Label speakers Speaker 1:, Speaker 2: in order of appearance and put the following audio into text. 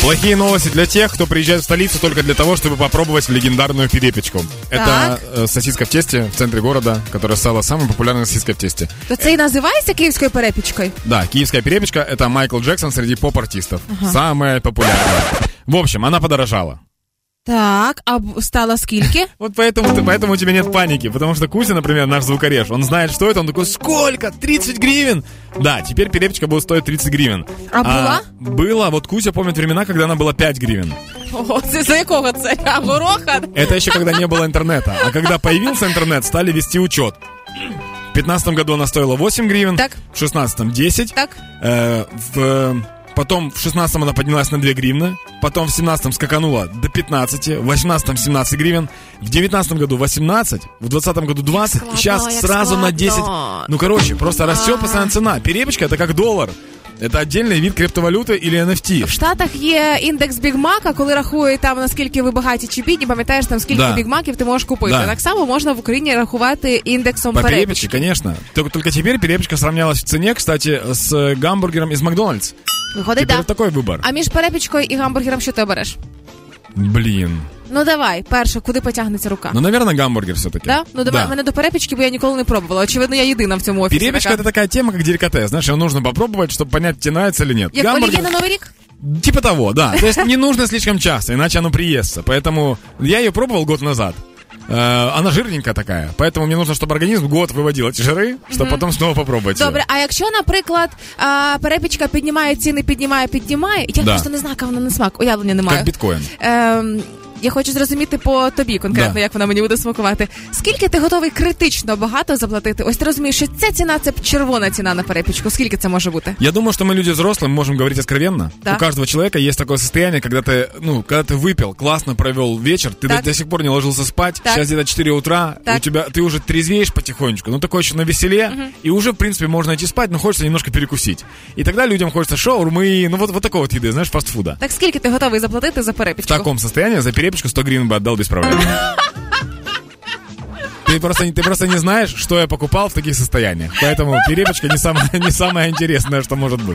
Speaker 1: Плохие новости для тех, кто приезжает в столицу только для того, чтобы попробовать легендарную перепечку. Это
Speaker 2: Так.
Speaker 1: э, сосиска в тесте в центре города, которая стала самой популярной сосиской в тесте.
Speaker 2: То це і називається київською перепічкою?
Speaker 1: Да, киевская перепечка это Майкл Джексон среди поп-артистов. Самая популярная. В общем, она подорожала.
Speaker 2: Так, а б- стало скільки?
Speaker 1: Вот поэтому, ты- поэтому у тебя нет паники. Потому что Кузя, например, наш звукореж, он знает, что это. Он такой, сколько? 30 гривен? Да, теперь перепечка будет стоить 30 гривен.
Speaker 2: А была?
Speaker 1: Было. Вот Кузя помнит времена, когда она была 5 гривен.
Speaker 2: Ого, це за якого це? А, Гороха?
Speaker 1: Это еще когда не было интернета. А когда появился интернет, стали вести учет. В 15 году она стоила 8 гривен,
Speaker 2: Так.
Speaker 1: в 16 10,
Speaker 2: Так.
Speaker 1: Э, в, э, потом в 16 она поднялась на 2 гривны, потом в 17 скаканула до 15, в 18 17 гривен, в 19 году 18, в 20 году 20,
Speaker 2: Складно,
Speaker 1: и сейчас
Speaker 2: як
Speaker 1: сразу на 10.
Speaker 2: складно. А.
Speaker 1: Ну, короче, просто растет постоянно цена. Перепечка это как доллар. Это отдельный вид криптовалюты или NFT.
Speaker 2: В Штатах є індекс Бігмака, коли рахує там наскільки ви багаті чи бідні, пам'ятаєш там скільки
Speaker 1: Да.
Speaker 2: бігмаків ти можеш купити.
Speaker 1: Да.
Speaker 2: Так само можна в Україні рахувати індексом
Speaker 1: По
Speaker 2: перепічки.
Speaker 1: перепечке, конечно. Только, только теперь перепечка сравнялась в цене, кстати, с э, гамбургером из Макдональдс.
Speaker 2: Виходить,
Speaker 1: теперь
Speaker 2: так.
Speaker 1: такой выбор.
Speaker 2: А між перепічкою і гамбургером що ти обереш?
Speaker 1: Блин.
Speaker 2: Ну давай, перше, куди потягнеться рука?
Speaker 1: Ну, наверное, гамбургер все-таки.
Speaker 2: Да? Ну давай мене до перепічки, бо я ніколи не пробувала. Очевидно, я єдина в цьому офісі.
Speaker 1: Перепечка
Speaker 2: така.
Speaker 1: это такая тема, как деликатес. Знаешь, ее нужно попробовать, чтобы понять, тебе нравится или нет.
Speaker 2: Як олів'є на новий рік?
Speaker 1: Типа того, да. То есть не нужно слишком часто, иначе оно приестся. Поэтому я ее пробовал год назад. Э, Она жирненькая такая, поэтому мне нужно, чтобы организм год выводил эти жиры, чтобы потом снова попробовать. её.
Speaker 2: Добре, а якщо, наприклад, а, перепічка піднімає ціни, піднімає, піднімає, я
Speaker 1: Да.
Speaker 2: просто не знаю, яка вона на смак, уявлення немає.
Speaker 1: Как биткоин.
Speaker 2: Ем, я хочу зрозуміти по тобі конкретно,
Speaker 1: Да.
Speaker 2: як вона мені буде смакувати. Скільки ти готовий критично багато заплатити? Ось ти розумієш, що ця ціна це червона ціна на перепічку. Скільки це може бути?
Speaker 1: Я думаю, что мы люди взрослые, мы можем говорить откровенно.
Speaker 2: Да.
Speaker 1: У каждого человека есть такое состояние, когда ты, ну, когда ты выпил, классно провел вечер, ты
Speaker 2: Так.
Speaker 1: до, до сих пор не ложился спать,
Speaker 2: Так.
Speaker 1: сейчас где-то 4 утра,
Speaker 2: Так.
Speaker 1: у тебя, ты уже трезвеешь потихонечку, ну, такой еще на веселе, и уже, в принципе, можно идти спать, но хочется немножко перекусить. І тогда людям хочется шаурмы, ну, вот, вот такой вот еды, знаешь, фастфуда.
Speaker 2: Так скільки ти готовий заплатити за
Speaker 1: В
Speaker 2: перепічку?
Speaker 1: таком состоянии за перепечку 100 гривен бы отдал без проблем. Ты просто, не- ты просто не знаешь, что я покупал в таких состояниях. Поэтому перепечка не самое, не самое интересное, что может быть.